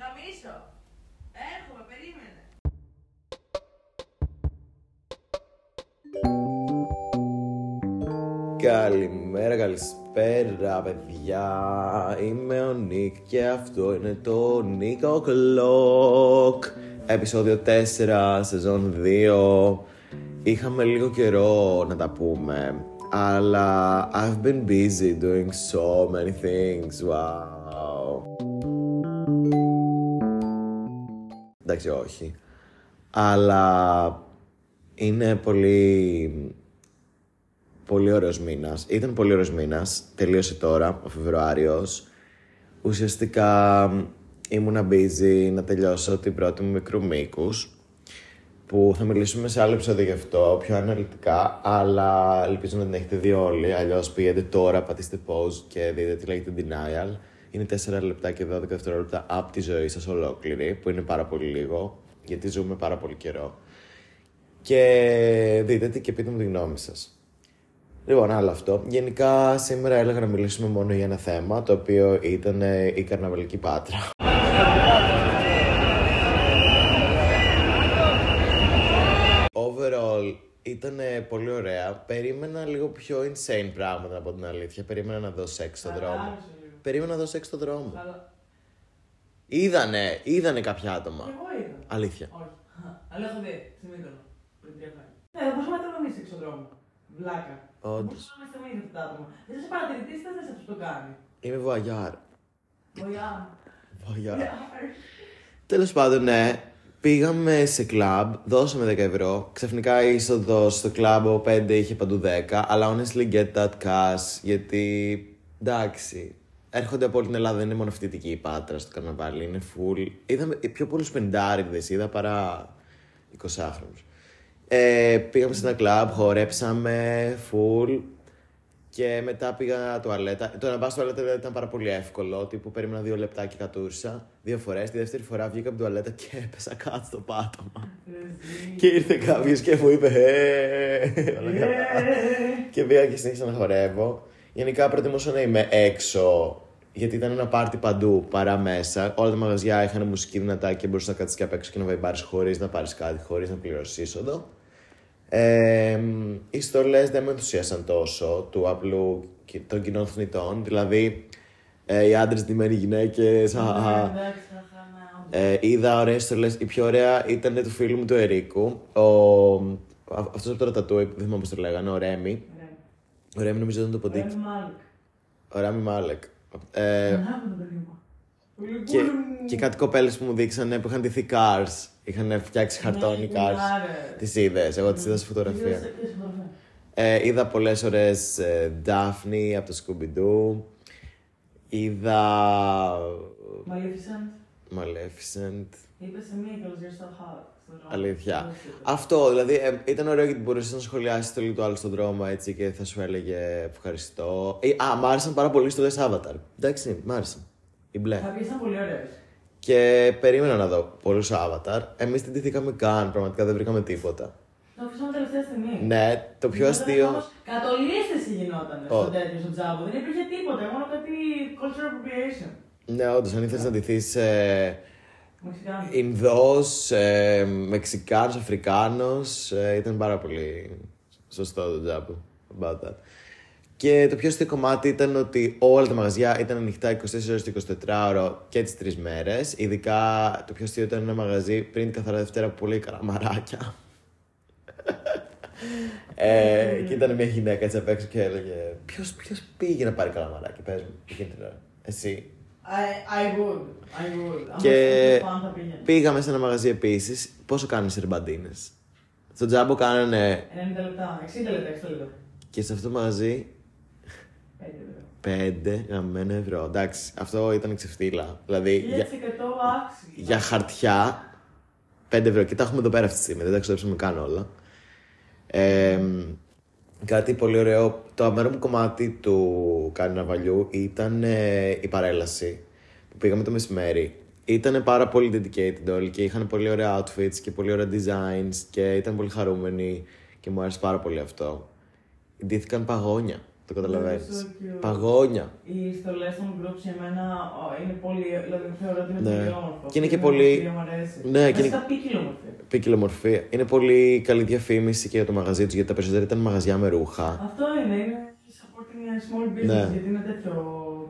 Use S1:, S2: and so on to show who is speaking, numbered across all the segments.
S1: γαμίσω. Έρχομαι, περίμενε.
S2: Καλημέρα, καλησπέρα παιδιά Είμαι ο Νίκ και αυτό είναι το Νίκο Κλοκ Επισόδιο 4, σεζόν 2 Είχαμε λίγο καιρό να τα πούμε Αλλά I've been busy doing so many things, wow Εντάξει, όχι Αλλά είναι πολύ πολύ ωραίος μήνας. Ήταν πολύ ωραίος μήνας. Τελείωσε τώρα, ο Φεβρουάριος. Ουσιαστικά ήμουνα busy να τελειώσω την πρώτη μου μικρού μήκους που θα μιλήσουμε σε άλλο επεισόδιο γι' αυτό, πιο αναλυτικά, αλλά ελπίζω να την έχετε δει όλοι, αλλιώς πήγαινε τώρα, πατήστε pause και δείτε τι λέγεται denial. Είναι 4 λεπτά και 12 δευτερόλεπτα από τη ζωή σας ολόκληρη, που είναι πάρα πολύ λίγο, γιατί ζούμε πάρα πολύ καιρό. Και δείτε τι και πείτε μου τη γνώμη σας. Λοιπόν, άλλο αυτό. Γενικά, σήμερα έλεγα να μιλήσουμε μόνο για ένα θέμα, το οποίο ήταν ε, η καρναβαλική πάτρα. Overall, ήταν ε, πολύ ωραία. Περίμενα λίγο πιο insane πράγματα, από την αλήθεια. Περίμενα να δω σεξ στον δρόμο.
S1: Χαλάρωσε λίγο.
S2: Περίμενα να δω σεξ στον δρόμο.
S1: Καλά.
S2: Είδανε, είδανε κάποια άτομα.
S1: Εγώ είδα.
S2: Αλήθεια.
S1: Όχι. Αλλά έχω δει στη Μύκονο πριν τρία χρόνια. Ναι, θα μπορούσαμε να τρελανίσει έξω δρόμο. Βλάκα.
S2: Όντως.
S1: Μπορούσαμε να σταματήσει αυτά τα άτομα. Δεν είσαι παρατηρητής, δεν θα σα το κάνει.
S2: Είμαι βοαγιάρ.
S1: Βοιά.
S2: Βοαγιάρ. Τέλος πάντων, ναι. Πήγαμε σε κλαμπ, δώσαμε 10 ευρώ. Ξαφνικά η είσοδος στο κλαμπ ο 5 είχε παντού 10. Αλλά honestly get that cash, γιατί εντάξει. Έρχονται από όλη την Ελλάδα, δεν είναι μόνο φοιτητική η πάτρα στο καρναβάλι, είναι full. Είδαμε πιο πολλούς πεντάριδες, είδα παρά 20χρονου. Ε, πήγαμε σε ένα κλαμπ, χορέψαμε full. Και μετά πήγα τουαλέτα. Το να πας τουαλέτα δηλαδή, ήταν πάρα πολύ εύκολο. Τύπου περίμενα δύο λεπτά και κατούρσα. Δύο φορές. Τη δεύτερη φορά βγήκα από την τουαλέτα και έπεσα κάτω στο πάτωμα. και ήρθε κάποιος και μου είπε Ε, όλα καλά». Και πήγα και συνέχισα να χορεύω. Γενικά προτιμούσα να είμαι έξω. Γιατί ήταν ένα πάρτι παντού παρά μέσα. Όλα τα μαγαζιά είχαν μουσική δυνατά και μπορούσες να κάτσεις και απ' έξω και να βαϊμπάρεις χωρίς να πάρεις κάτι, χωρίς να πληρώσεις είσοδο. Ε, μ, οι στολές δεν με ενθουσίασαν τόσο του απλού κι- των κοινών θνητών. Δηλαδή, ε, οι άντρες ντυμένοι γυναίκες.
S1: Ναι. Εντάξει, θα χαμάω.
S2: Ε, είδα ωραίες στολές. Η πιο ωραία ήταν του φίλου μου του Ερίκου. Ο, αυτός από το Ρατατούι, που δεν θυμάμαι πώς το λέγανε, ο Ρέμι. Ο Ρέμι νομίζω ήταν το ποντίκι.
S1: Ωραία, μάλλον.
S2: Ο Ράμι Μάλεκ. Ε,
S1: Καλά με το παιδί μου.
S2: και, και κάτι κοπέλες που μου δείξανε που είχαν ντυθεί cars. Είχαν φτιάξει χαρτόνι
S1: Ναι,
S2: cars. Τις είδες, εγώ τις είδα σε φωτογραφία. Ε, είδα πολλές ωραίες Daphne από το Scooby-Doo. Είδα.
S1: Μαλίφισαντ.
S2: Maleficent.
S1: Είπες σε μία και ολοσγύρω στο χάο. στον δρόμο.
S2: Αλήθεια.
S1: Όχι, όχι.
S2: Αυτό, δηλαδή, ε, ήταν ωραίο γιατί μπορούσες να σχολιάσεις το λίγο το άλλο στον δρόμο έτσι και θα σου έλεγε ευχαριστώ. Ε, α, μ' άρεσαν πάρα πολύ στο Des Avatar. Εντάξει, μ' άρεσαν. Η μπλε.
S1: Κάποιες ήταν πολύ ωραίες.
S2: Και περίμενα να δω πολλούς Avatar. Εμείς δεν ντυθήκαμε καν, πραγματικά δεν βρήκαμε τίποτα.
S1: Το αφήσαμε τελευταία στιγμή.
S2: Ναι, το πιο
S1: Γινόταν
S2: αστείο.
S1: όμως Κατολίσθηση γινόταν
S2: Ω.
S1: στο τέτοιο, στο τζάμπο. Δεν υπήρχε τίποτα, μόνο κάτι cultural appropriation.
S2: Ναι, όντως, αν ήθελες να ντυθείς ε,
S1: Μεξικάνος.
S2: Ινδός, ε, Μεξικάνος, Αφρικάνος. ήταν πάρα πολύ σωστό το τζάμπο. About that. Και το πιο αστείο κομμάτι ήταν ότι όλα τα μαγαζιά ήταν ανοιχτά 24 ώρες το 24ωρο και τις τρεις μέρες. Ειδικά το πιο αστείο ήταν ένα μαγαζί πριν την καθαρά Δευτέρα που λέει καραμαράκια. ε, και ήταν μια γυναίκα έτσι απ' έξω και έλεγε ποιος, ποιος πήγε να πάρει καλαμαράκι, πες μου, εκείνη την ώρα. Εσύ,
S1: I, I would. I would. Άμα
S2: και
S1: ήταν πάνω θα πήγαινε.
S2: πήγαμε σε ένα μαγαζί επίσης. Πόσο κάνουν οι σερμπαντίνε. Στο τζάμπο κάνανε
S1: 90 λεπτά, 60 λεπτά, 60 λεπτά.
S2: και σε αυτό το μαγαζί
S1: 5 λεπτά.
S2: 5 γραμμένα ευρώ. Εντάξει, αυτό ήταν ξεφτύλα. Δηλαδή για,
S1: 1000% άξι.
S2: για χαρτιά 5 ευρώ. Και τα έχουμε εδώ πέρα αυτή τη στιγμή. Δεν τα ξοδέψαμε καν όλα. Ε, μ, κάτι πολύ ωραίο. Το αμέρο μου κομμάτι του καρναβαλιού ήταν ε, η παρέλαση που πήγαμε το μεσημέρι. Ήταν πάρα πολύ dedicated όλοι και είχαν πολύ ωραία outfits και πολύ ωραία designs και ήταν πολύ χαρούμενοι και μου άρεσε πάρα πολύ αυτό. Ντύθηκαν παγόνια. Το καταλαβαίνεις.
S1: Νομίζω και ο-
S2: Παγόνια.
S1: Οι στολέ των groups για μένα ο, είναι πολύ. Δηλαδή θεωρώ ότι είναι
S2: Ναι.
S1: πολύ όμορφο.
S2: Και είναι και
S1: Αυτή
S2: πολύ-
S1: η μορφή μου αρέσει.
S2: Ναι, και
S1: Βασικά,
S2: είναι-
S1: ποικίλο μορφή.
S2: Ποικιλομορφία. Είναι πολύ καλή διαφήμιση και για το μαγαζί τους, γιατί τα περισσότερα ήταν μαγαζιά με ρούχα.
S1: Αυτό είναι. Είναι supporting a small business.
S2: Ναι.
S1: Γιατί είναι τέτοιο.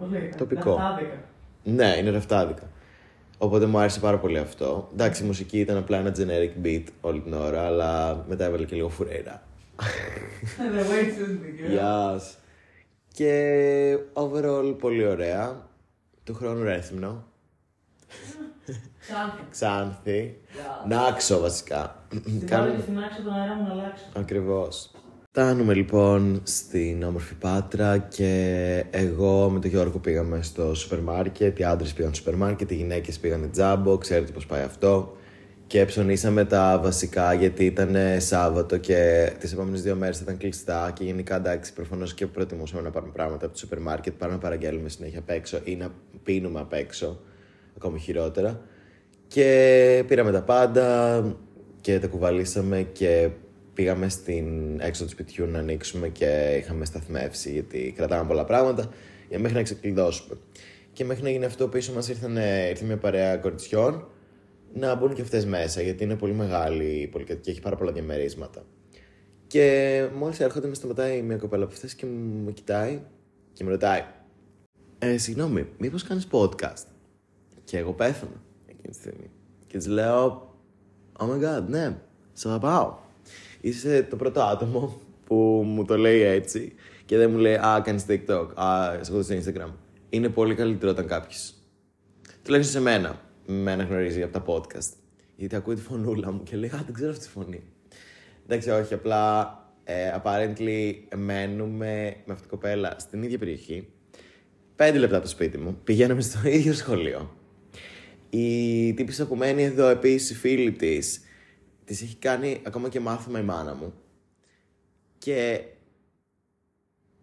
S1: Πώς λέγεται.
S2: Τοπικό.
S1: λαφτάδικα.
S2: Ναι, είναι ραφτάδικα. Οπότε μου άρεσε πάρα πολύ αυτό. Εντάξει, η μουσική ήταν απλά ένα generic beat όλη την ώρα, αλλά μετά έβαλε και λίγο φουρέιρα.
S1: The way it should be. girl.
S2: Γεια σας. Και overall πολύ ωραία. Του χρόνου Ρέθυμνο.
S1: Ξάνθη.
S2: Ξάνθη. Νάξο βασικά.
S1: Την βάλω και
S2: Κάνουμε...
S1: στην άξιο τον αέρα μου να αλλάξω.
S2: Ακριβώς. Φτάνουμε λοιπόν στην όμορφη Πάτρα και εγώ με τον Γιώργο πήγαμε στο σούπερ μάρκετ, οι άντρες πήγαν στο σούπερ μάρκετ, οι γυναίκες πήγαν τζάμπο, ξέρετε πώς πάει αυτό. Και ψωνίσαμε τα βασικά γιατί ήταν Σάββατο και τις επόμενες δύο μέρες ήταν κλειστά και γενικά εντάξει προφανώς και προτιμούσαμε να πάρουμε πράγματα από το σούπερ μάρκετ παρά να παραγγέλνουμε συνέχεια απ' έξω ή να πίνουμε απ' έξω, ακόμη χειρότερα. Και πήραμε τα πάντα και τα κουβαλήσαμε και πήγαμε στην έξω του σπιτιού να ανοίξουμε και είχαμε σταθμεύσει γιατί κρατάμε πολλά πράγματα για μέχρι να ξεκλειδώσουμε. Και μέχρι να γίνει αυτό πίσω μας ήρθαν, ήρθε μια παρέα κοριτσιών να μπουν και αυτές μέσα γιατί είναι πολύ μεγάλη η πολυκατοικία, έχει πάρα πολλά διαμερίσματα. Και μόλις έρχονται με σταματάει μια κοπέλα από αυτές και μου κοιτάει και με ρωτάει «Ε, συγγνώμη, μήπως κάνεις podcast» και εγώ πέθανα εκείνη τη στιγμή. Και της λέω, Oh my god, ναι, σε αγαπάω. Είσαι το πρώτο άτομο που μου το λέει έτσι και δεν μου λέει, Α, κάνεις TikTok, Α, σε ακολουθεί στο Instagram. Είναι πολύ καλύτερο όταν κάποιος. Τουλάχιστον σε μένα, με αναγνωρίζει από τα podcast. Γιατί ακούει τη φωνούλα μου και λέει, Α, δεν ξέρω αυτή τη φωνή. Εντάξει, όχι, απλά ε, apparently μένουμε με αυτή την κοπέλα στην ίδια περιοχή. Πέντε λεπτά από το σπίτι μου. Πηγαίναμε στο ίδιο σχολείο. Η τύπησα που μένει εδώ επίσης, η φίλη της, της έχει κάνει ακόμα και μάθημα η μάνα μου. Και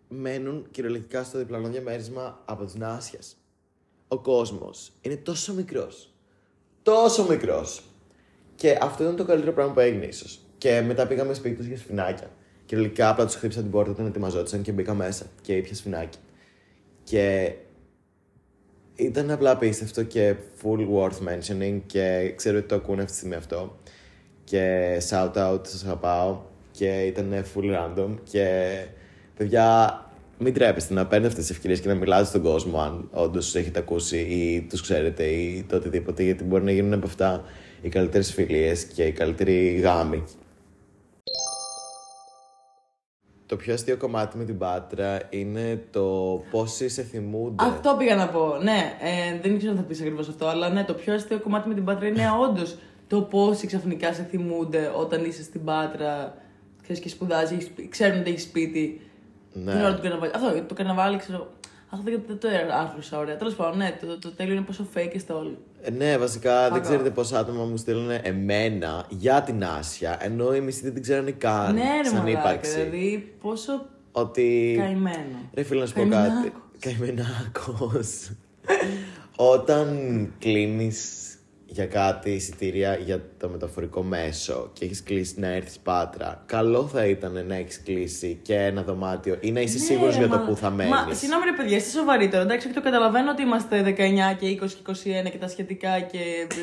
S2: μένουν κυριολεκτικά στο διπλανό διαμέρισμα από τη Νάσιας. Ο κόσμος είναι τόσο μικρός. Τόσο μικρός. Και αυτό ήταν το καλύτερο πράγμα που έγινε, ίσως. Και μετά πήγαμε σπίτι τους για σφινάκια. Κυριολεκτικά απλά τους χτύπησα την πόρτα όταν ετοιμαζόντουσαν και μπήκα μέσα και ήπια σφινάκι. Και ήταν απλά απίστευτο και full worth mentioning και ξέρω ότι το ακούνε αυτή τη στιγμή αυτό και shout out σας αγαπάω και ήταν full random και παιδιά μην τρέπεστε να παίρνετε αυτές τις ευκαιρίες και να μιλάτε στον κόσμο αν όντως τους έχετε ακούσει ή τους ξέρετε ή το οτιδήποτε γιατί μπορεί να γίνουν από αυτά οι καλύτερες φιλίες και οι καλύτεροι γάμοι. Το πιο αστείο κομμάτι με την Πάτρα είναι το πόσοι σε θυμούνται.
S1: Αυτό πήγα να πω. Ναι, ε, δεν ήξερα αν θα πεις ακριβώς αυτό, αλλά ναι, το πιο αστείο κομμάτι με την Πάτρα είναι όντως το πόσοι ξαφνικά σε θυμούνται όταν είσαι στην Πάτρα. Ξέρεις και σπουδάζεις, έχεις σπί- ξέρουν ότι έχεις σπίτι.
S2: Ναι.
S1: Την ώρα του καρναβάλι. Αυτό, γιατί το καρναβάλι ξέρω. Αχ, δεν, δεν το άρθρωσα ωραία. Τέλος πάντων, ναι, το, το τέλειο είναι πόσο fake είστε όλοι.
S2: Ε, Ναι, βασικά δεν
S1: Παγά.
S2: ξέρετε πόσα άτομα μου στέλνουν εμένα για την Άσια, ενώ οι μισοί δεν την ξέρανε καν
S3: Ναι, ρε
S2: σαν
S3: μαλάκα,
S2: ύπαρξη.
S3: δηλαδή πόσο
S2: Ότι.
S3: καημένο.
S2: Ρε φίλε να σου πω κάτι. Καημενάκος. Όταν κλείνεις για κάτι εισιτήρια για το μεταφορικό μέσο και έχεις κλείσει να έρθεις Πάτρα, καλό θα ήταν να έχεις κλείσει και ένα δωμάτιο ή να είσαι σίγουρος
S3: Ναι, ρε,
S2: για το
S3: μα-
S2: που θα μένεις.
S3: Μα, συγγνώμη ρε παιδιά, είστε σοβαροί τώρα. Εντάξει, και το καταλαβαίνω ότι είμαστε 19 και 20 και 21 και τα σχετικά και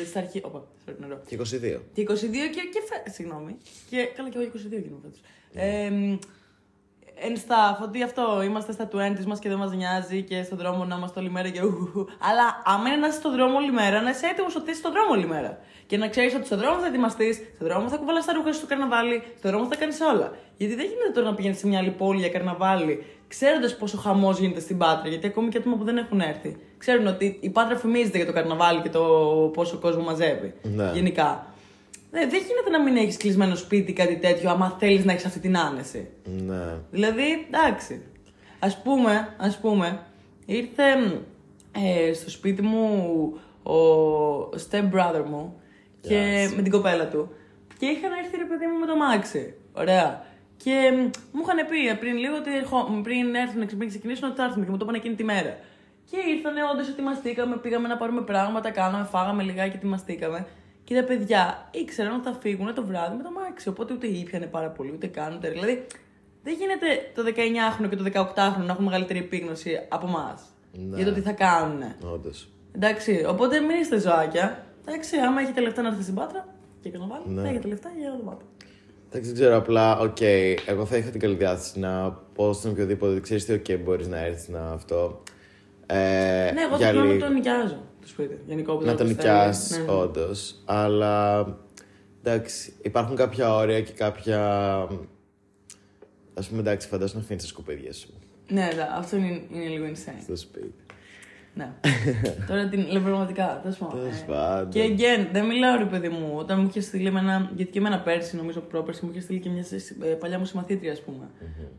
S3: στα αρχή. Όπα, sorry, νερό.
S2: Και 22.
S3: Και 22 και. και φε... Συγγνώμη. Και, καλά, και εγώ 22 γίνομαι φέτος.
S2: Ναι.
S3: Ε, μ, εν staff, ότι αυτό. Είμαστε στα 20 μας και δεν μας νοιάζει και στον δρόμο να είμαστε όλη μέρα και ου. Αλλά άμα είναι να είσαι στον δρόμο όλη μέρα, να είσαι έτοιμος ότι είσαι στον δρόμο όλη μέρα. Και να ξέρεις ότι στον δρόμο θα ετοιμαστείς, στον δρόμο θα κουβαλάς τα ρούχα σου στο καρναβάλι, στον δρόμο θα κάνεις όλα. Γιατί δεν γίνεται τώρα να πηγαίνεις σε μια άλλη πόλη για καρναβάλι, ξέροντας πόσο χαμός γίνεται στην Πάτρα. Γιατί ακόμη και άτομα που δεν έχουν έρθει ξέρουν ότι η Πάτρα φημίζεται για το καρναβάλι και το πόσο κόσμο μαζεύει.
S2: Ναι.
S3: Γενικά. Ναι, δεν γίνεται να μην έχεις κλεισμένο σπίτι ή κάτι τέτοιο, άμα θέλεις να έχεις αυτή την άνεση.
S2: Ναι.
S3: Δηλαδή, εντάξει. Ας πούμε, ας πούμε, ήρθε μ, ε, στο σπίτι μου ο step brother μου και
S2: Yes.
S3: με την κοπέλα του. Και είχαν έρθει ρε παιδί μου με το μάξι. Ωραία. Και μ, μου είχαν πει ε, πριν λίγο ότι ερχό- πριν έρθουν να ξε- πριν ξεκινήσουν ότι θα έρθουν και μου το είπαν εκείνη τη μέρα. Και ήρθανε, όντως ετοιμαστήκαμε, πήγαμε να πάρουμε πράγματα, κάναμε, φάγαμε λιγάκι, ετοιμαστήκαμε. Και τα παιδιά ήξεραν ότι θα φύγουν το βράδυ με το μάξι. Οπότε ούτε ήπιανε πάρα πολύ, ούτε κάνουν. ούτε- Δηλαδή
S1: Δεν γίνεται το 19χρονο και το 18χρονο να έχουν μεγαλύτερη επίγνωση από εμάς.
S2: Ναι.
S1: Για το τι θα κάνουν.
S2: Όντως.
S1: Εντάξει, οπότε μην είστε ζωάκια. Εντάξει, άμα έχετε λεφτά να έρθετε στην πάτρα και καναβάλι,
S2: Ναι.
S1: θα έχετε λεφτά για να το πάτε.
S2: Εντάξει, δεν ξέρω, απλά, οκ, εγώ θα είχα την καλή διάθεση να πω στον οποιοδήποτε, ξέρεις τι, οκ, μπορείς να έρθεις να αυτό. Ε,
S1: Ναι, εγώ
S2: για
S1: το πλέον
S2: λίγο.
S1: τον νοικιάζω το σπίτι. Γενικότερα.
S2: να τον
S1: όπως
S2: νοικιάσει,
S1: θέλει. Ναι.
S2: όντως. Αλλά εντάξει, υπάρχουν κάποια όρια και κάποια. Ας πούμε, εντάξει, φαντάζομαι να αφήνει τα σκουπίδια σου
S1: Ναι, ναι, αυτό είναι, είναι λίγο insane.
S2: στο σπίτι.
S1: ναι. Τώρα την λέω πραγματικά. τέλος πάντων.
S2: Τέλος
S1: Ε, Και
S2: πάντων.
S1: again, δεν μιλάω ρε παιδί μου. Όταν μου είχε στείλει εμένα, γιατί και εμένα πέρσι, νομίζω πρόπερσι, μου είχε στείλει και μια συ- ε, παλιά μου συμμαθήτρια, ας πουμε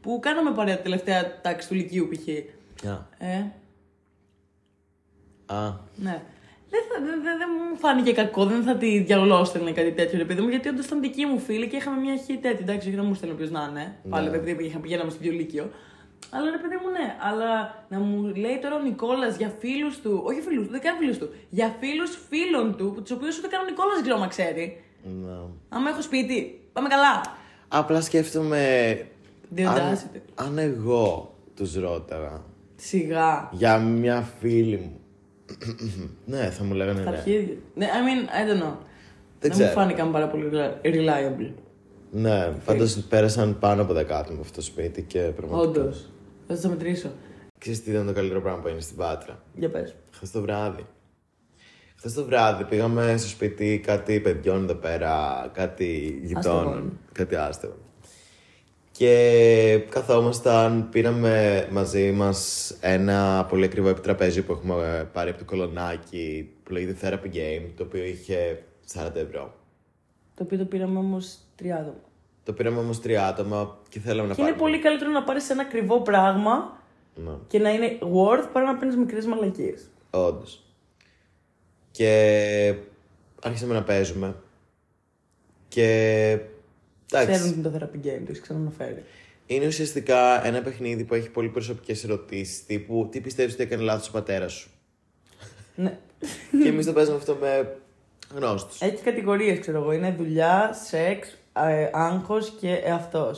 S1: Που κάναμε παρέα τη τελευταία τάξη του Λυκείου, π.χ.
S2: Α,
S1: Ε,
S2: Α,
S1: ναι. Δεν, θα, δεν, δεν, δεν μου φάνηκε κακό, δεν θα τη διαολόστελνε κάτι τέτοιο, ρε παιδί μου, γιατί όντως ήταν δική μου φίλη και είχαμε μια χ τέτοια. Εντάξει, όχι να μου στέλνει ποιο να είναι. Πάλι
S2: Ναι.
S1: επειδή πήγα- πηγαίναμε στο Διολίκιο. Αλλά ρε παιδί μου, ναι. Αλλά να μου λέει τώρα ο Νικόλας για φίλους του, όχι φίλους του, δεν κάνει φίλους του, για φίλους φίλων του, τους οποίους ούτε καν ο Νικόλας ξέρω να ξέρει.
S2: ναι.
S1: Άμα έχω σπίτι, πάμε καλά.
S2: Απλά σκέφτομαι. Αν,
S1: Διοντάσετε.
S2: αν εγώ τους ρώταγα
S1: Σιγά.
S2: για μια φίλη μου. ναι, θα μου λέγανε
S1: Τα
S2: ναι.
S1: αρχίδια. Ναι, I mean, I don't know.
S2: Δεν
S1: να μου
S2: ξέρω.
S1: φάνηκαν πάρα πολύ reliable.
S2: Ναι, πάντως πέρασαν πάνω από 10 άτομα αυτό το σπίτι και πραγματικά.
S1: Όντως. Θα σας μετρήσω.
S2: Ξέρεις τι ήταν το καλύτερο πράγμα που έγινε στην Πάτρα.
S1: Για πες.
S2: Χθες το βράδυ. Χθες το βράδυ πήγαμε στο σπίτι κάτι παιδιών εδώ πέρα, κάτι γειτόνων,
S1: Άστεγων.
S2: κάτι άστεγων. Και καθόμασταν, πήραμε μαζί μας ένα πολύ ακριβό επιτραπέζι που έχουμε ε, πάρει από το κολονάκι που λέγεται Therapy Game, το οποίο είχε 40 ευρώ.
S1: Το οποίο το πήραμε όμως τρία άτομα.
S2: Το πήραμε όμως τρία άτομα και θέλαμε να
S1: Και είναι
S2: πάρουμε.
S1: πολύ καλύτερο να πάρεις ένα ακριβό πράγμα
S2: Ναι.
S1: και να είναι worth παρά να παίρνεις μικρές μαλακίες.
S2: Όντως. Και άρχισαμε να παίζουμε. Και.
S1: Ξέρουν
S2: Εντάξει.
S1: τι είναι το therapy game, το έχεις ξαναναφέρει.
S2: Είναι ουσιαστικά ένα παιχνίδι που έχει πολύ προσωπικές ερωτήσεις. Τύπου τι πιστεύεις ότι έκανε λάθος ο πατέρας σου.
S1: Ναι.
S2: και εμείς το παίζουμε αυτό με γνώστους.
S1: Έχει κατηγορίες, ξέρω εγώ. Είναι δουλειά, σεξ, ε, άγχος και εαυτός.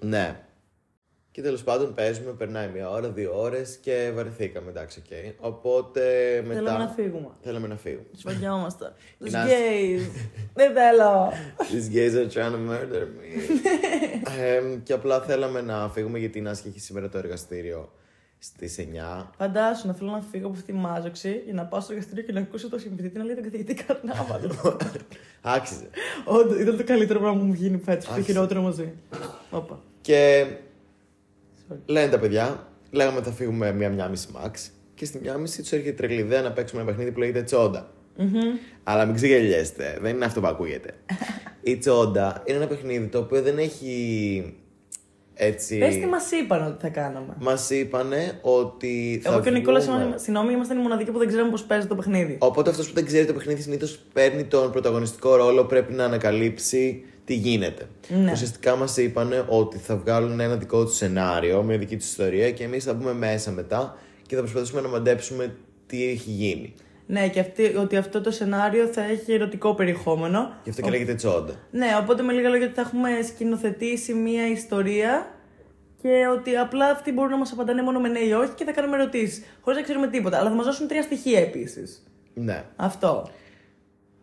S2: ναι. Και τέλος πάντων παίζουμε, περνάει μία ώρα, δύο ώρες και βαρεθήκαμε. Εντάξει, οκ. Οπότε μετά.
S1: Θέλαμε να φύγουμε.
S2: Θέλαμε να φύγουμε.
S1: Σφαγιόμαστε. Του
S2: Είναι
S1: γκέι. Δεν θέλω.
S2: These gays are trying to murder me. Εμ, και απλά θέλαμε να φύγουμε γιατί η Νάσια έχει σήμερα το εργαστήριο στις 9.
S1: Φαντάσου να θέλω να φύγω από αυτή τη μάζοξη για να πάω στο εργαστήριο και να ακούσω το συμφιτητή να λέει τον καθηγητή Καρνάβαλο.
S2: Άξιζε.
S1: Όντως, ήταν το καλύτερο πράγμα που μου γίνει φέτος. Το
S2: Άρχισε.
S1: χειρότερο μαζί. Όπα.
S2: Και
S1: Sorry.
S2: λένε τα παιδιά, λέγαμε θα φύγουμε μία-μία μισή max. Και στη μία μισή τους έρχεται η τρελιδέα να παίξουμε ένα παιχνίδι που λέγεται Τσόντα. Αλλά μην ξεγελιέστε, δεν είναι αυτό που ακούγεται. η Τσόντα είναι ένα παιχνίδι το οποίο δεν έχει. Έτσι.
S1: Πες τι μας είπαν ότι θα κάναμε.
S2: Μας είπανε ότι. θα
S1: Εγώ και ο Νικόλας,
S2: βγούμε.
S1: συγγνώμη, ήμασταν οι μοναδικοί που δεν ξέραμε πώς παίζει το παιχνίδι.
S2: Οπότε αυτός που δεν ξέρει το παιχνίδι συνήθως παίρνει τον πρωταγωνιστικό ρόλο, πρέπει να ανακαλύψει τι γίνεται.
S1: Ναι.
S2: Ουσιαστικά μας είπαν ότι θα βγάλουν ένα δικό τους σενάριο, μια δική τους ιστορία και εμείς θα μπούμε μέσα μετά και θα προσπαθήσουμε να μαντέψουμε τι έχει γίνει.
S1: Ναι, και αυτή, ότι αυτό το σενάριο θα έχει ερωτικό περιεχόμενο.
S2: Γι' αυτό και λέγεται τσόντα.
S1: Ναι, οπότε με λίγα λόγια ότι θα έχουμε σκηνοθετήσει μία ιστορία και ότι απλά αυτοί μπορούν να μας απαντάνε μόνο με ναι ή όχι και θα κάνουμε ερωτήσεις. Χωρίς να ξέρουμε τίποτα. Αλλά θα μας δώσουν τρία στοιχεία επίσης.
S2: Ναι.
S1: Αυτό.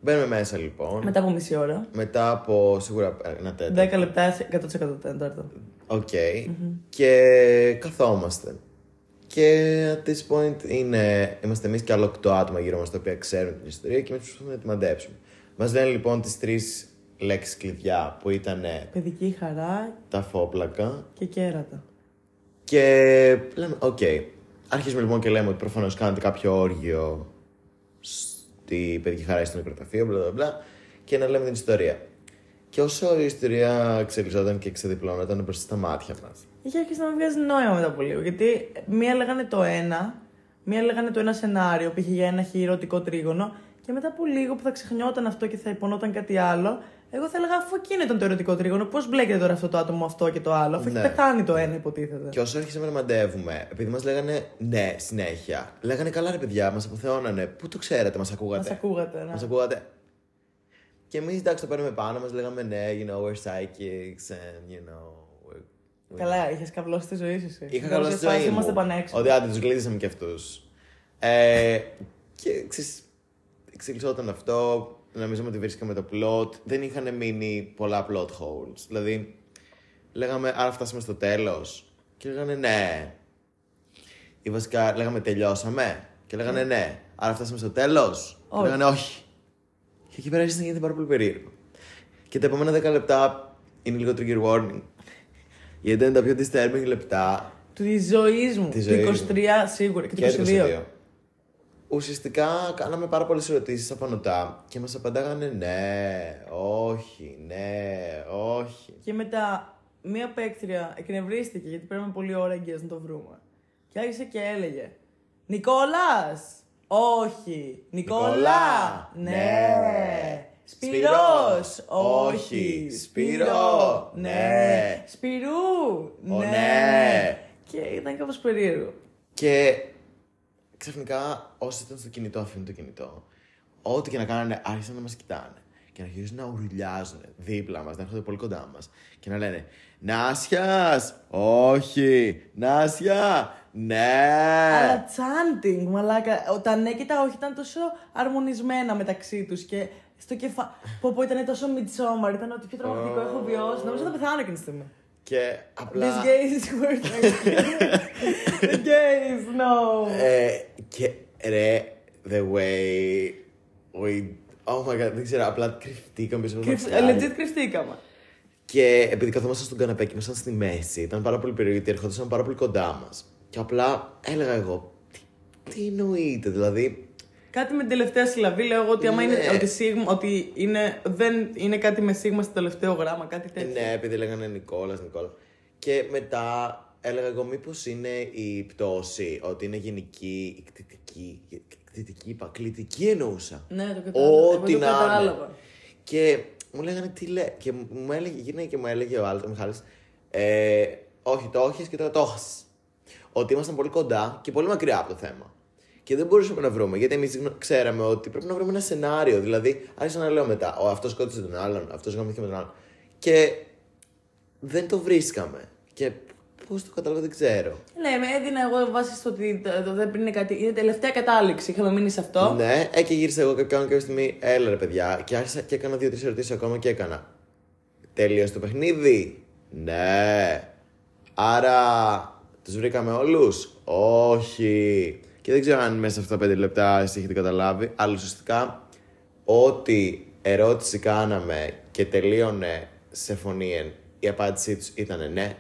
S2: Μπαίνουμε μέσα λοιπόν.
S1: Μετά από μισή ώρα.
S2: Μετά από σίγουρα ένα τέταρτο.
S1: 10 λεπτά, 100% τέταρτο.
S2: Οκ. Και καθόμαστε. Και at this point είναι, είμαστε εμείς και άλλο οκτώ άτομα γύρω μας τα οποία ξέρουν την ιστορία και εμείς προσπαθούμε να τη μαντέψουμε. Μας λένε λοιπόν τις τρεις λέξεις κλειδιά που ήταν
S1: Παιδική χαρά
S2: τα φόπλακα.
S1: και κέρατα.
S2: Και λέμε, οκ. Αρχίζουμε λοιπόν και λέμε ότι προφανώς κάνατε κάποιο όργιο στη παιδική χαρά στο νεκροταφείο, μπλα μπλα μπλα, και να λέμε την ιστορία. Και όσο η ιστορία εξελισσόταν και ξεδιπλώνονταν μπροστά στα μάτια μας.
S1: Είχε αρχίσει να με βγάζει νόημα μετά από λίγο. Γιατί μία λέγανε το ένα, μία λέγανε το ένα σενάριο, π.χ. για ένα χειρωτικό τρίγωνο, και μετά από λίγο που θα ξεχνιόταν αυτό και θα υπονόταν κάτι άλλο, εγώ θα έλεγα αφού εκείνο ήταν το ερωτικό τρίγωνο, πώς μπλέκεται τώρα αυτό το άτομο αυτό και το άλλο, αφού
S2: Ναι.
S1: έχει πεθάνει το ένα, υποτίθεται.
S2: Και όσο άρχισαμε να μαντεύουμε, επειδή μας λέγανε ναι συνέχεια, λέγανε καλά ρε παιδιά, μας αποθεώνανε. Πού το ξέρατε, μας ακούγατε.
S1: Μας ακούγατε, ναι.
S2: Μας ακούγατε. Και εμείς εντάξει το παίρνουμε πάνω, μας λέγαμε ναι, you know, we're psychics and you know, we're,
S1: Καλά, είχες καβλώσει τη ζωή σου. εσύ.
S2: Είχα
S1: Σε
S2: καλό στη
S1: κάποια φάση
S2: ζωή μου.
S1: Είμαστε πανέξυπνοι.
S2: Ότι άντε, τους γλύδισαμε κι αυτούς. Ε, και ξέρεις, εξελισσόταν αυτό. Νομίζαμε ότι βρίσκαμε το plot. Δεν είχαν μείνει πολλά plot holes. Δηλαδή, λέγαμε, άρα φτάσαμε στο τέλος. Και λέγανε ναι. Ή βασικά, λέγαμε τελειώσαμε. Και λέγανε ναι. Άρα φτάσαμε στο τέλος. Και
S1: Όχι.
S2: λέγανε όχι. Και εκεί πέρα άρχισε να γίνεται πάρα πολύ περίεργο. Και τα επόμενα 10 λεπτά είναι λίγο trigger warning. Γιατί ήταν τα πιο disturbing λεπτά
S1: Της ζωής μου.
S2: Της
S1: Του
S2: ζωής
S1: 23 σίγουρα και του
S2: και
S1: 22.
S2: 22. Ουσιαστικά κάναμε πάρα πολλές ερωτήσεις απανωτά και μας απαντάγανε ναι, όχι, ναι, όχι.
S1: Και μετά μία παίκτρια εκνευρίστηκε γιατί παίρνουμε πολύ ώρα εγγύες να το βρούμε. Και άρχισε και έλεγε Νικόλας! Όχι! Νικόλα!
S2: Νικόλα,
S1: Ναι!
S2: ναι.
S1: Σπυρός!
S2: Σπυρός,
S1: Όχι!
S2: Σπύρο, ναι.
S1: Σπυρού!
S2: Ω, ναι.
S1: Και ήταν κάπως περίεργο.
S2: Και ξαφνικά όσοι ήταν στο κινητό αφήνουν το κινητό. Ό,τι και να κάνανε άρχισαν να μας κοιτάνε. Και να αρχίζουν να ουρλιάζουν δίπλα μας, να έρχονται πολύ κοντά μας. Και να λένε Νάσια! Όχι! Νάσια! Ναι!
S1: Αλλά chanting, μαλάκα. Ο- Τα ναι και τα όχι ήταν τόσο αρμονισμένα μεταξύ τους και στο κεφάλι. Πω πω ήταν τόσο μιτσόμαρ, ήταν ό,τι πιο τρομακτικό έχω βιώσει. Νομίζω θα πεθάνω εκείνη τη στιγμή.
S2: Και απλά.
S1: These gays were The gays, no.
S2: Ε, και ρε, the way we... Oh my god, δεν ξέρω, απλά κρυφτήκαμε πίσω από το
S1: Κρυφ-
S2: μαξιλάρι.
S1: Legit κρυφτήκαμε.
S2: Και επειδή καθόμασταν στον καναπέ και ήμασταν στη μέση, ήταν πάρα πολύ περίεργο γιατί ερχόντουσαν πάρα πολύ κοντά μας. Και απλά έλεγα εγώ, τι, τι εννοείται, δηλαδή.
S1: Κάτι με την τελευταία συλλαβή λέω εγώ ότι άμα
S2: Ναι.
S1: είναι, ότι, σίγμα, ότι είναι, δεν είναι κάτι με σίγμα στο τελευταίο γράμμα, κάτι
S2: ε,
S1: τέτοιο.
S2: ναι, επειδή λέγανε Νικόλας, Νικόλα. Και μετά έλεγα εγώ, μήπως είναι η πτώση, ότι είναι γενική, η κτητική. η Κτητική, είπα, κλητική εννοούσα.
S1: Ναι, το κατάλαβα. Εγώ
S2: Ό,τι
S1: το
S2: να είναι.
S1: κατάλαβα.
S2: Και μου λέγανε τι λέει. Και μου έλεγε, γύρναγε και μου έλεγε ο άλλο, ο Μιχάλης, ε, όχι, το όχι και τώρα το έχασες». Ότι ήμασταν πολύ κοντά και πολύ μακριά από το θέμα. Και δεν μπορούσαμε να βρούμε, γιατί εμείς ξέραμε ότι πρέπει να βρούμε ένα σενάριο. Δηλαδή, άρχισα να λέω μετά, ο αυτός σκότωσε τον άλλον, αυτός γαμήθηκε με τον άλλον. Και δεν το βρίσκαμε. Και πώς το κατάλαβα, δεν ξέρω.
S1: Ναι, με έδινα εγώ βάσει στο ότι το- το- δεν είναι κάτι. Είναι τελευταία κατάληξη. Είχαμε μείνει σε αυτό.
S2: Ναι, ε, και γύρισα εγώ κάποιον κάποια στιγμή, έλα ρε παιδιά, και άρχισα και έκανα δύο-τρει ερωτήσεις ακόμα και έκανα. Τέλειωσε το παιχνίδι. Ναι. Άρα, τους βρήκαμε όλους. Όχι. Και δεν ξέρω αν μέσα σε αυτά τα πέντε λεπτά εσείς έχετε καταλάβει, αλλά ουσιαστικά ό,τι ερώτηση κάναμε και τελείωνε σε φωνή, εν, η απάντησή τους ήταν ναι.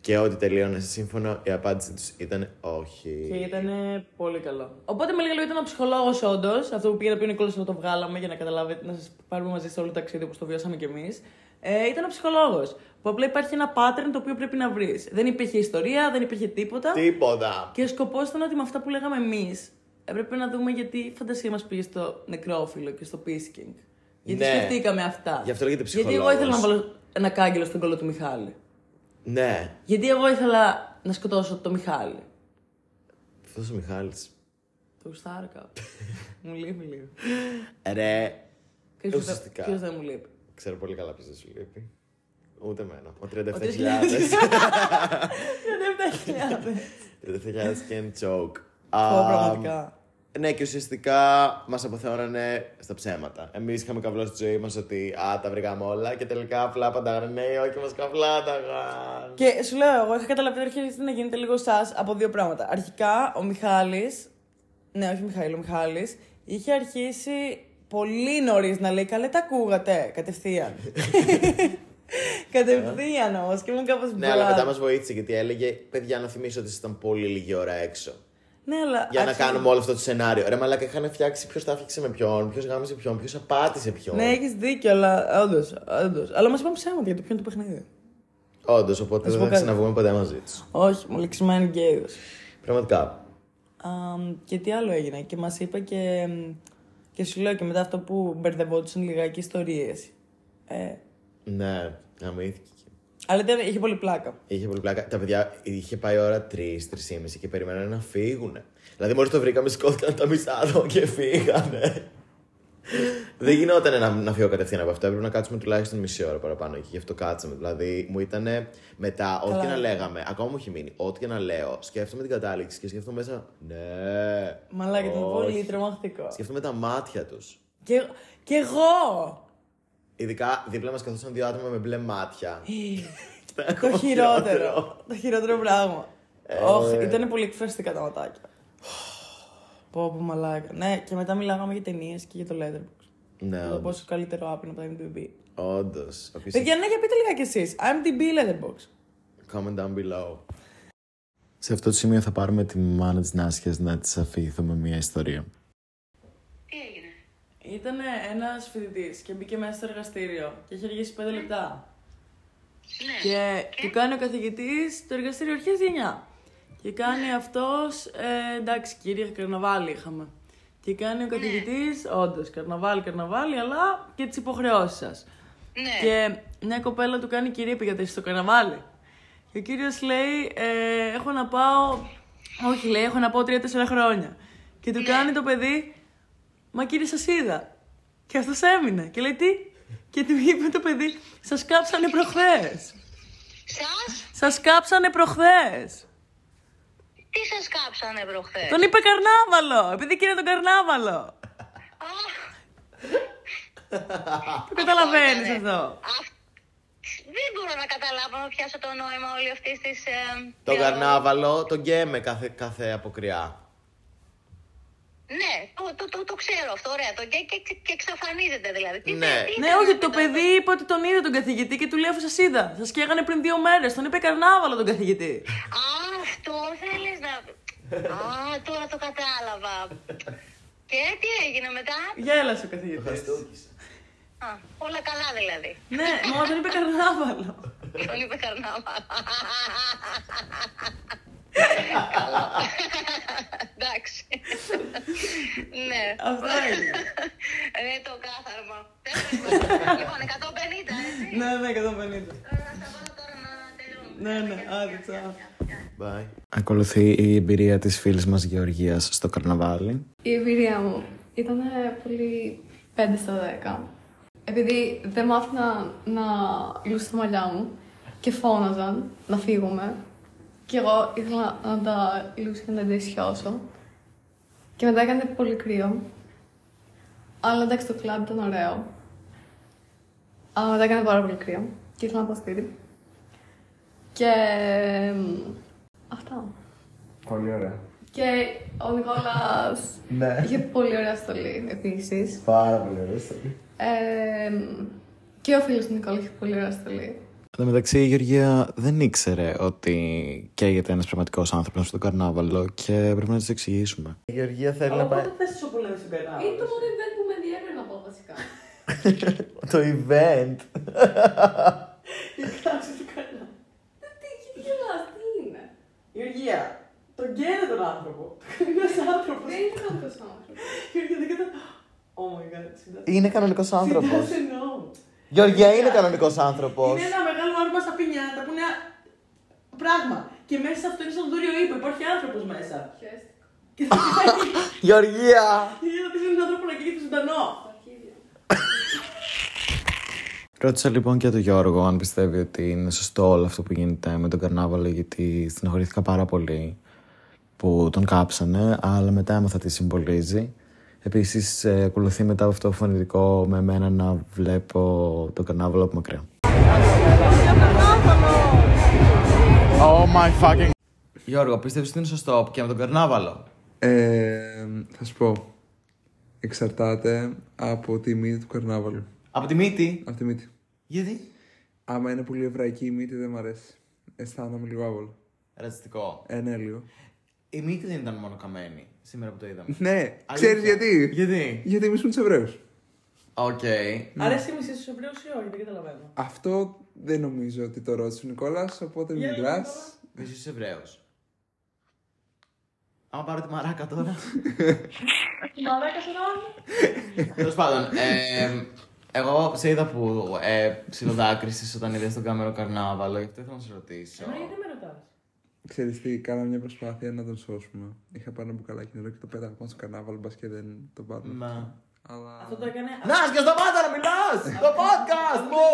S2: Και ό,τι τελείωνε σε σύμφωνο, η απάντησή τους ήταν όχι.
S1: Και ήταν πολύ καλό. Οπότε με λίγα λόγια ήταν ο ψυχολόγος, όντως. Αυτό που πήγε να πει ο Νικόλας να το βγάλαμε για να καταλάβετε, να σας πάρουμε μαζί σε όλο το ταξίδι όπω το βιώσαμε κι εμείς. Ε, ήταν ο ψυχολόγος. Που απλά υπάρχει ένα pattern το οποίο πρέπει να βρεις. Δεν υπήρχε ιστορία, δεν υπήρχε τίποτα.
S2: Τίποτα.
S1: Και ο σκοπός ήταν ότι με αυτά που λέγαμε εμείς, έπρεπε να δούμε γιατί η φαντασία μας πήγε στο νεκρόφιλο και στο πίσκινγκ. Γιατί
S2: Ναι.
S1: σκεφτήκαμε αυτά.
S2: Γι' αυτό λέγεται
S1: Γιατί εγώ
S2: ψυχολόγος.
S1: ήθελα να βάλω ένα κάγκελο στον κόλλο του Μιχάλη.
S2: Ναι.
S1: Γιατί εγώ ήθελα να σκοτώσω το Μιχάλη.
S2: Αυτό ο Μιχάλη.
S1: Το γουστάρω κάπου. μου λείπει λίγο.
S2: Ρε.
S1: Ποιος δεν-
S2: Ουσιαστικά.
S1: ποιος δεν μου λείπει.
S2: Ξέρω πολύ καλά ποιος δεν σου λείπει. Ούτε εμένα. Ο 37.000.
S1: 37.000.
S2: 37.000 can choke.
S1: Πω,
S2: Αμ,
S1: πραγματικά.
S2: Ναι, και ουσιαστικά μας αποθεώρανε στα ψέματα. Εμείς είχαμε καβλώσει τη ζωή μας ότι α, τα βρήκαμε όλα και τελικά απλά απαντάγανε ναι, ή όχι, μας καβλάταγαν.
S1: Και σου λέω, εγώ είχα καταλαβεί ότι αρχίζει να γίνεται λίγο σα από δύο πράγματα. Αρχικά, ο Μιχάλης. Ναι, όχι ο Μιχάλη, ο Μιχάλης. Είχε αρχίσει πολύ νωρίς να λέει: Καλέ, τα ακούγατε. Κατευθείαν. Κατευθείαν όμως και μου κάπως
S2: Ναι, αλλά μετά μας βοήθησε γιατί έλεγε παιδιά να θυμίσω ότι ήσασταν πολύ λίγη ώρα έξω.
S1: Ναι, αλλά.
S2: Για να
S1: άρχισε-
S2: κάνουμε όλο αυτό το σενάριο. Ρε μαλάκα, είχαν φτιάξει ποιος τα άφηξε με ποιον, ποιος γάμισε ποιον, ποιος απάτησε ποιον.
S1: Ναι, έχεις δίκιο, αλλά όντως. Όντως. Αλλά μας είπαν ψέματα για το ποιο είναι το παιχνίδι.
S2: Όντως,
S1: σου
S2: οπότε δεν
S1: πω
S2: θα
S1: κάτι.
S2: ξαναβγούμε ποτέ μαζί τους.
S1: Όχι, μου λεξιμένοι γκέιδο.
S2: Πραγματικά.
S1: Αμ, και τι άλλο έγινε. Και μας είπε και, και σου λέω και μετά αυτό που μπερδευόντουσαν λιγάκι ιστορίες. Ε,
S2: Ναι, αμύθηκε.
S1: αλλά ήταν, είχε πολύ πλάκα.
S2: Είχε πολύ πλάκα. Τα παιδιά είχε πάει ώρα 3, 3.30 και περιμένανε να φύγουν. Δηλαδή, μόλις το βρήκαμε, σκότειναν τα μισά εδώ και φύγανε. Δεν γινόταν να, να φύγω κατευθείαν από αυτό. Έπρεπε να κάτσουμε τουλάχιστον μισή ώρα παραπάνω εκεί. Γι' αυτό κάτσαμε. Δηλαδή μου ήταν μετά, ό,τι και να λέγαμε, ακόμα μου έχει μείνει, ό,τι και να λέω, σκέφτομαι την κατάληξη και σκέφτομαι μέσα. Ναι.
S1: Μαλάκα, ήταν πολύ
S2: όχι».
S1: τρομακτικό.
S2: Σκέφτομαι τα μάτια τους.
S1: Και, και εγώ!
S2: Ειδικά δίπλα μας καθόταν δύο άτομα με μπλε μάτια.
S1: Το χειρότερο. το χειρότερο πράγμα. Όχι, ήταν πολύ εκφραστικά τα ματάκια. Πω πω μαλάκα. Ναι, και μετά μιλάγαμε για ταινίες και για το Letterboxd.
S2: ναι,
S1: Το πόσο καλύτερο app είναι από το IMDb.
S2: όντως.
S1: Παιδιά, ναι, για πείτε λίγα κι εσείς. IMDb ή Letterboxd.
S2: Comment down below. Σε αυτό το σημείο θα πάρουμε τη μάνα της Νάσιας να της αφηγηθούμε μια ιστορία.
S4: Τι έγινε.
S1: Ήταν ένας φοιτητής και μπήκε μέσα στο εργαστήριο και είχε αργήσει 5 λεπτά.
S4: Ναι.
S1: Και του κάνει ο καθηγητής το εργαστήριο αρχές 9. Και
S4: Ναι.
S1: κάνει αυτός. Ε, εντάξει, κύριε, καρναβάλι είχαμε. Και κάνει ο
S4: Ναι.
S1: καθηγητής, όντως, καρναβάλι, καρναβάλι, αλλά και τις υποχρεώσεις σας.
S4: Ναι.
S1: Και μια κοπέλα του κάνει κυρία πήγατε στο καρναβάλι. Και ο κύριος λέει, «Ε, έχω να πάω. Όχι, λέει, έχω να πάω τρία-τέσσερα χρόνια. Και
S4: Ναι.
S1: του κάνει το παιδί, Μα κύριε, σας είδα. Και αυτός έμεινε. Και λέει, Τι. Και του είπε το παιδί, Σας κάψανε προχθές.
S4: Σας,
S1: Σας κάψανε προχθές.
S4: τι σας κάψανε προχθές.
S1: Τον είπε καρνάβαλο, επειδή κύριε τον καρνάβαλο. Το καταλαβαίνεις αυτό.
S4: Αυτ- Δεν μπορώ να καταλάβω να πιάσω το νόημα όλη αυτή της. Ε,
S2: Το
S4: διαλόγου.
S2: καρνάβαλο τον γκέμε κάθε, κάθε αποκριά.
S4: Ναι, το, το, το, το ξέρω αυτό, ωραία. Το, και, και, και εξαφανίζεται δηλαδή. Τι,
S2: Ναι.
S4: τι- τι
S1: Ναι,
S4: ήταν
S1: όχι,
S4: αυτό
S1: το παιδί είπε ότι τον είδε τον καθηγητή και του λέει αφού σας είδα. Σας καίγανε πριν δύο μέρες. Τον είπε καρνάβαλο τον καθηγητή.
S4: Α, αυτό θέλεις να... Α, τώρα το κατάλαβα. και τι έγινε μετά.
S1: Γέλασε ο καθηγητής.
S4: Α, όλα καλά δηλαδή.
S1: ναι, μα τον είπε καρνάβαλο.
S4: Τον είπε καρνάβα. Εντάξει. ναι.
S1: Αυτό είναι.
S4: Ρε Ε, το κάθαρμα. Λοιπόν, 150 έτσι.
S1: ναι, ναι, 150.
S4: Τώρα θα πάω τώρα να τελειώνουμε.
S1: ναι, ναι, άντε, τσάω.
S2: Bye. Ακολουθεί η εμπειρία της φίλης μας Γεωργίας στο καρναβάλι.
S5: Η εμπειρία μου ήταν πολύ 5 στα 10. Επειδή δεν μ' άφηνα να λούσω τα μαλλιά μου και φώναζαν να φύγουμε. Και εγώ ήθελα να τα λούσω και να τα εντεσιώσω. Και μετά έκανε πολύ κρύο. Αλλά εντάξει, το κλαμπ ήταν ωραίο. Αλλά μετά έκανε πάρα πολύ κρύο. Και ήθελα να πάω σπίτι. Και. εμ, Αυτά.
S6: Πολύ ωραία.
S5: Και ο Νικόλας
S6: Ναι.
S5: Είχε πολύ ωραία στολή επίσης.
S6: Πάρα πολύ ωραία ιστορία.
S5: και ο φίλος του Νικόλα είχε πολύ ωραία στολή.
S2: Εν τω μεταξύ η Γεωργία δεν ήξερε ότι καίγεται ένας πραγματικός άνθρωπος στο καρνάβαλο και πρέπει να της το εξηγήσουμε.
S6: Η Γεωργία θέλει να πάει.
S1: Οπότε θες σου πολύ στον καρνάβαλο.
S5: Είναι το μόνο event που με ενδιαφέρει να πω βασικά.
S6: Το event.
S5: τι, τι γελάς, τι είναι.
S1: Γεωργία, τον καίνε τον άνθρωπο. Ένα άνθρωπο.
S5: Δεν είναι κάποιο άνθρωπος.
S1: Γεωργία, δεν κατα. Oh my god, συντάσσε.
S6: Είναι κανονικός άνθρωπος.
S1: εννοώ.
S6: Γεωργία είναι κανονικός άνθρωπος.
S1: Είναι ένα μεγάλο άρμα στα πινιάτα που είναι πράγμα. Και μέσα σε αυτό είναι σαν δούριο ύπο, υπάρχει άνθρωπος μέσα.
S5: Χαίρεστηκα.
S1: Και θα κοιτάει.
S6: Γεωργία!
S1: Και θα πει έναν άνθρωπο να κοίταξε ζωντανό.
S5: Τα αρχίδια.
S2: Ρώτησα λοιπόν και τον Γιώργο αν πιστεύει ότι είναι σωστό όλο αυτό που γίνεται με τον καρνάβαλο γιατί στενοχωρήθηκα πάρα πολύ που τον κάψανε αλλά μετά έμαθα τι συμβολίζει. Επίσης ε, ακολουθεί μετά από αυτό φωνητικό με μένα να βλέπω τον καρνάβαλο από μακριά. Oh my fucking... Γιώργο, πιστεύεις ότι είναι σωστό και με τον καρνάβαλο.
S7: Ε, θα σου πω. Εξαρτάται από τη μύτη του καρνάβαλου.
S2: Από τη μύτη.
S7: Από τη μύτη.
S2: Γιατί.
S7: Άμα είναι πολύ εβραϊκή η μύτη, δεν μ' αρέσει. Αισθάνομαι λίγο άβολο.
S2: Ρατσιστικό.
S7: Ε, ναι, λίγο.
S2: Η μύτη δεν ήταν μόνο καμένη σήμερα που το είδαμε.
S7: Ναι, ξέρεις γιατί.
S2: Γιατί.
S7: Γιατί μισούν του Εβραίους.
S2: Οκ.
S1: Αρέσει μισή στου Εβραίους ή όχι, δεν καταλαβαίνω.
S7: Αυτό δεν νομίζω ότι το ρώτησε ο Νικόλας, οπότε μην μιλά.
S2: Μισό Εβραίο. Άμα πάρω τη μαράκα τώρα.
S1: Μαλάκα στον άλλο.
S2: Τέλος πάντων, ε, εγώ σε είδα που ε, ψιλοδάκρυσες όταν είδες τον κάμερο καρνάβαλο, γι' αυτό ήθελα να σε ρωτήσω.
S1: Γιατί με ρωτά.
S7: Ξέρεις τι, κάνα μια προσπάθεια να τον σώσουμε. Είχα πάρει ένα μπουκαλάκι νερό και το πέταγμα στο καρνάβαλο, μπας και δεν το πάρουμε.
S2: Μα.
S7: Αλλά...
S1: Αυτό το έκανε.
S2: Να, και σταμάτα να μιλάς! Το podcast μου!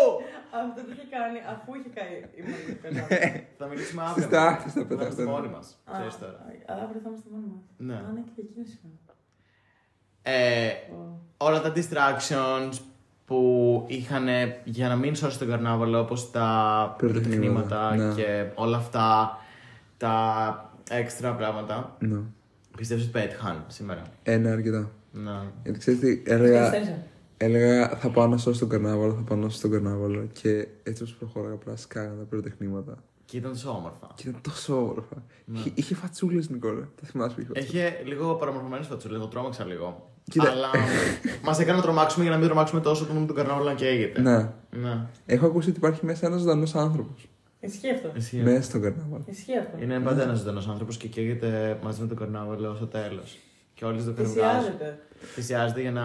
S1: Αυτό το είχε κάνει αφού είχε καεί η Μόνικα Καζά.
S2: Θα μιλήσουμε αύριο.
S7: Στις τα- στις τα
S2: Θα είμαστε
S7: πεταχτά.
S2: μόνοι μας.
S1: Α,
S2: Ξέρεις τώρα.
S1: Αύριο θα είμαστε μόνοι μας.
S2: Ναι.
S1: Α, ναι, και εκείνο σήμερα.
S2: Ε, όλα τα distractions που είχαν για να μην σώσει τον καρνάβαλο, όπως τα
S7: Πυροτεχνήματα,
S2: πυροτεχνήματα
S7: ναι.
S2: και όλα αυτά τα έξτρα πράγματα.
S7: Ναι.
S2: Πιστεύεις ότι πέτυχαν σήμερα.
S7: Ε, ναι, αρκετά.
S2: Να.
S7: Γιατί ξέρεις τι, έλεγα,
S1: Καθυστέρησα.
S7: έλεγα θα πάω να σώσω τον καρνάβαλο, θα πάω να σώσω τον καρνάβαλο και έτσι όπως προχωράγα απλά σκάγανε τα πυροτεχνήματα
S2: Και ήταν τόσο όμορφα.
S7: και ήταν τόσο όμορφα. Είχε, είχε φατσούλες Νικόλα, τα θυμάσαι που είχε φατσούλες.
S2: Είχε λίγο παραμορφωμένες φατσούλες, το τρόμαξα λίγο.
S7: Κοίτα.
S2: Αλλά μας έκανε να τρομάξουμε για να μην τρομάξουμε τόσο τον τον καρνάβαλο να καίγεται.
S7: Ναι,
S2: Ναι.
S7: έχω ακούσει ότι υπάρχει μέσα ένας ζωντανός άνθρωπος
S1: Ισχύει αυτό.
S2: Εσύ.
S7: μέσα στον καρνάβαλο.
S1: Ισχύει αυτό.
S2: Είναι πάντα ένας ζωντανός άνθρωπος και καίγεται μαζί με τον καρνάβαλο στο τέλος. Και όλοι το καρναβάζουν.
S1: Θυσιάζεται.
S2: Θυσιάζεται για να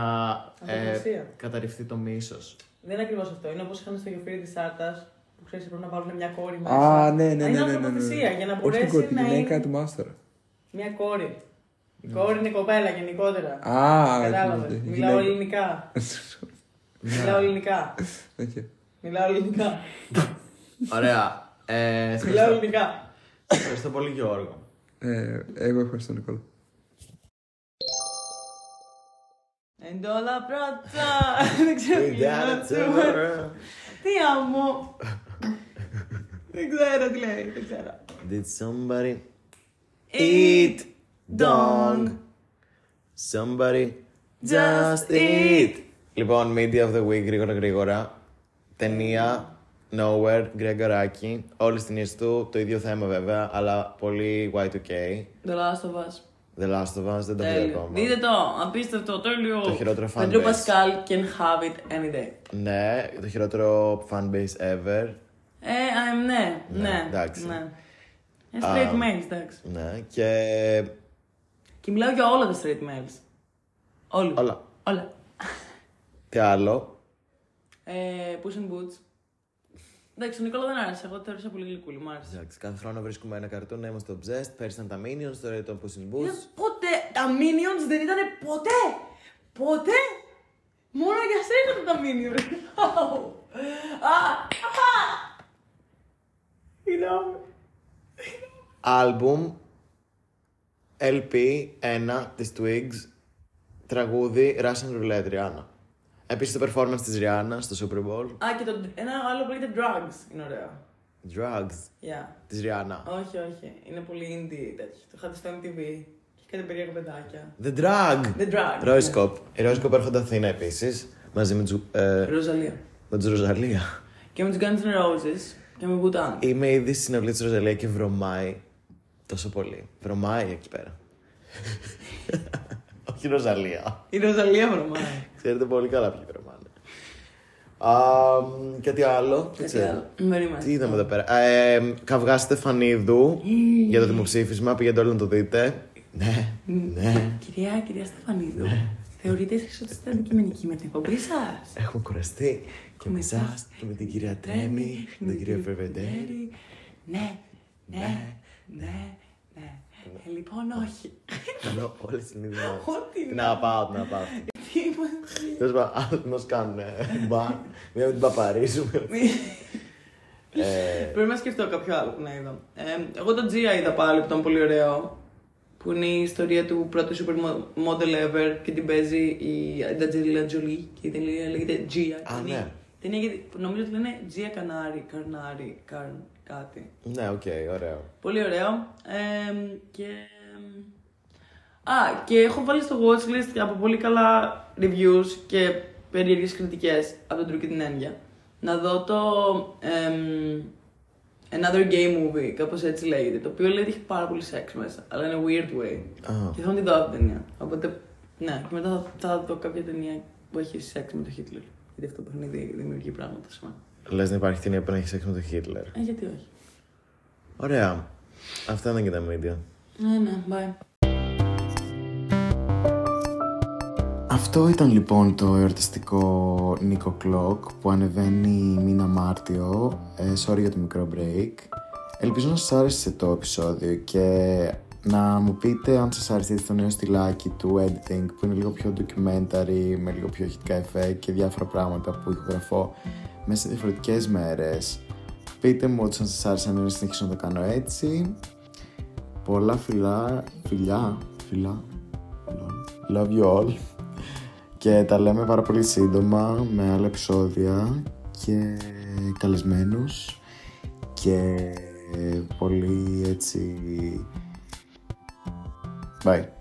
S2: ε,
S1: Απεργασία.
S2: καταρριφθεί το μίσος.
S1: Δεν είναι ακριβώς αυτό. Είναι όπως είχαν στο γεφύρι της Άρτα που ξέρεις πρέπει να βάλουν μια κόρη μέσα.
S7: Α, ναι, ναι,
S1: Είναι
S7: ναι, ναι, ναι, ναι,
S1: ανθρωποθυσία, για να
S7: Όχι την
S1: μπορέσει
S7: κόρη, τη
S1: να
S7: γυναίκα
S1: είναι
S7: του μάστερα.
S1: μια κόρη. Η κόρη είναι κοπέλα γενικότερα.
S7: Ναι. Α,
S1: Κατάλαβες.
S7: ναι,
S1: Μιλάω
S7: γυναίκα.
S1: ελληνικά. Μιλάω ελληνικά.
S7: Οκ.
S1: Μιλάω ελληνικά.
S2: Ωραία. Ε, σε
S1: Μιλάω
S2: ευχαριστώ,
S1: ελληνικά.
S2: σε ευχαριστώ πολύ, Γιώργο.
S7: Ε, Εγώ ευχαριστώ Νικόλα.
S1: And all our brother. Δεν ξέρω τι λέω. Τι άμμο. Δεν ξέρω τι λέει. Δεν ξέρω.
S2: Did somebody
S1: Eat
S2: dong? Somebody just eat. Λοιπόν, Media of the Week, γρήγορα γρήγορα. Ταινία, Nowhere, Γκρεγκαράκι. Όλες τις ταινίες του, το ίδιο θέμα βέβαια, αλλά πολύ Y2K.
S1: Το λάστο βάζ.
S2: The Last of Us, δεν τα
S1: Τέλειο.
S2: πήρε ακόμα.
S1: Δείτε το, απίστευτο, τέλειο.
S2: Το χειρότερο fan
S1: Πεντρού
S2: base.
S1: Πασκάλ can have it any day.
S2: Ναι, το χειρότερο fanbase ever.
S1: Ε, α, ε, ναι, ναι.
S2: εντάξει.
S1: Ναι. Ε, straight males, εντάξει.
S2: Ναι, και
S1: Και μιλάω για όλα τα straight males. Όλοι.
S2: όλα.
S1: Όλα.
S2: Τι άλλο.
S1: Ε, push and boots. Εντάξει, ο Νικόλα δεν άρεσε. Εγώ το θεώρησα πολύ γλυκούλη, μου άρεσε.
S2: Εντάξει, κάθε χρόνο βρίσκουμε ένα καρτούν, να είμαστε το Bzest, πέρσι ήταν τα Minions, τώρα είναι το Puss in
S1: Ε,
S2: Boots.
S1: Ποτέ, τα Minions δεν ήταν ποτέ! Ποτέ! Μόνο για σένα ήταν τα Minions. Άου. Α, α. Συγγνώμη.
S2: Άλμπουμ, LP, ένα, της Twigs, τραγούδι, Russian Roulette, Rihanna. Επίσης το performance της Rihanna στο Super Bowl.
S1: Α, και το, ένα άλλο που λέγεται Drugs είναι ωραίο.
S2: Drugs,
S1: Yeah.
S2: της Rihanna.
S1: Όχι, όχι. Είναι πολύ indie τέτοιο. Το είχατε στο MTV. Και κάτι περίεργα παιδάκια.
S2: The Drug. ναι.
S1: The Drag.
S2: Ροϊσκοπ. Οι Ροϊσκοπ έρχονται Αθήνα επίσης, μαζί με, τους- ε,
S1: Ναι. Ροζαλία.
S2: με τους Ροζαλία.
S1: Και με τους Guns N' Roses και με Μπουτάν.
S2: Είμαι ήδη στην αυλή της Ροζαλία και βρωμάει τόσο πολύ. Βρωμάει εκεί πέρα. Όχι Ροζαλία.
S1: Η Ροζαλία βρωμάει.
S2: Ξέρετε πολύ καλά ποιοι βρωμάνε. Α, μ, και τι άλλο. Δεν ξέρω.
S1: Περίμενε.
S2: Τι είδαμε εδώ πέρα. Ε, Καυγά Στεφανίδου για το δημοψήφισμα. Πηγαίνετε όλοι να το δείτε. Ναι, ναι.
S1: Κυρία, κυρία Στεφανίδου, θεωρείτε εσείς ότι είστε αντικειμενικοί με την εκπομπή σας.
S2: Έχουμε κουραστεί και με Ναι, εσάς και με την κυρία Τρέμι, και με τον κύριο Φεβεντέρη.
S1: Φεβεντέρη. Ναι, ναι, ναι, ναι. Ε, Λοιπόν, όχι.
S2: Κάνω όλες τις συνείδησεις μας.
S1: Ό,τι
S2: Την αγαπάω, την αγαπάω.
S1: Τι είμαστε.
S2: Τέλος πάντων, άλλοι μα κάνουν μπαν. Μία με την παπαρίζουμε. Ε,
S1: Πρέπει να σκεφτώ κάποιο άλλο που να είδα. Ε, εγώ τον Gia είδα πάλι που ήταν πολύ ωραίο. Που είναι η ιστορία του πρώτου super model ever και την παίζει η Αντζελίνα Τζολί και η ταινία λέγεται Gia.
S2: Α,
S1: Είναι-
S2: ναι.
S1: ταινία γιατί- νομίζω ότι λένε Gia Κανάρι, Καρνάρι, Καρν, κάτι.
S2: Ναι, οκ, ωραίο.
S1: Πολύ ωραίο. Ε, και... Α, και έχω βάλει στο watchlist από πολύ καλά reviews και περίεργες κριτικές από τον Drew και την Ένια. Να δω το εμ, Another Gay Movie, κάπως έτσι λέγεται, το οποίο λέει ότι έχει πάρα πολύ σεξ μέσα, αλλά είναι weird way.
S2: Α.
S1: Και θέλω να τη δω αυτή την ταινία. Οπότε, ναι, και μετά θα, θα δω κάποια ταινία που έχει σεξ με τον Χίτλερ. Γιατί αυτό το παιχνίδι δημιουργεί πράγματα σε μένα.
S2: Λες να υπάρχει ταινία που να έχει σεξ με τον Χίτλερ.
S1: Ε, γιατί όχι.
S2: Ωραία. Αυτά ήταν και τα media.
S1: Ναι, ναι, bye.
S2: Αυτό ήταν λοιπόν το εορταστικό Νίκο Κλοκ που ανεβαίνει μήνα Μάρτιο. Ε, sorry για το μικρό break. Ελπίζω να σας άρεσε το επεισόδιο και να μου πείτε αν σας αρέσει το νέο στυλάκι του editing που είναι λίγο πιο documentary με λίγο πιο ηχητικά εφέ και διάφορα πράγματα που ηχογραφώ μέσα σε διαφορετικές μέρες πείτε μου ότι αν σας άρεσε να συνεχίσω να το κάνω έτσι πολλά φιλά φιλιά φιλά lol. love you all και τα λέμε πάρα πολύ σύντομα με άλλα επεισόδια και καλεσμένους και πολύ έτσι Bye.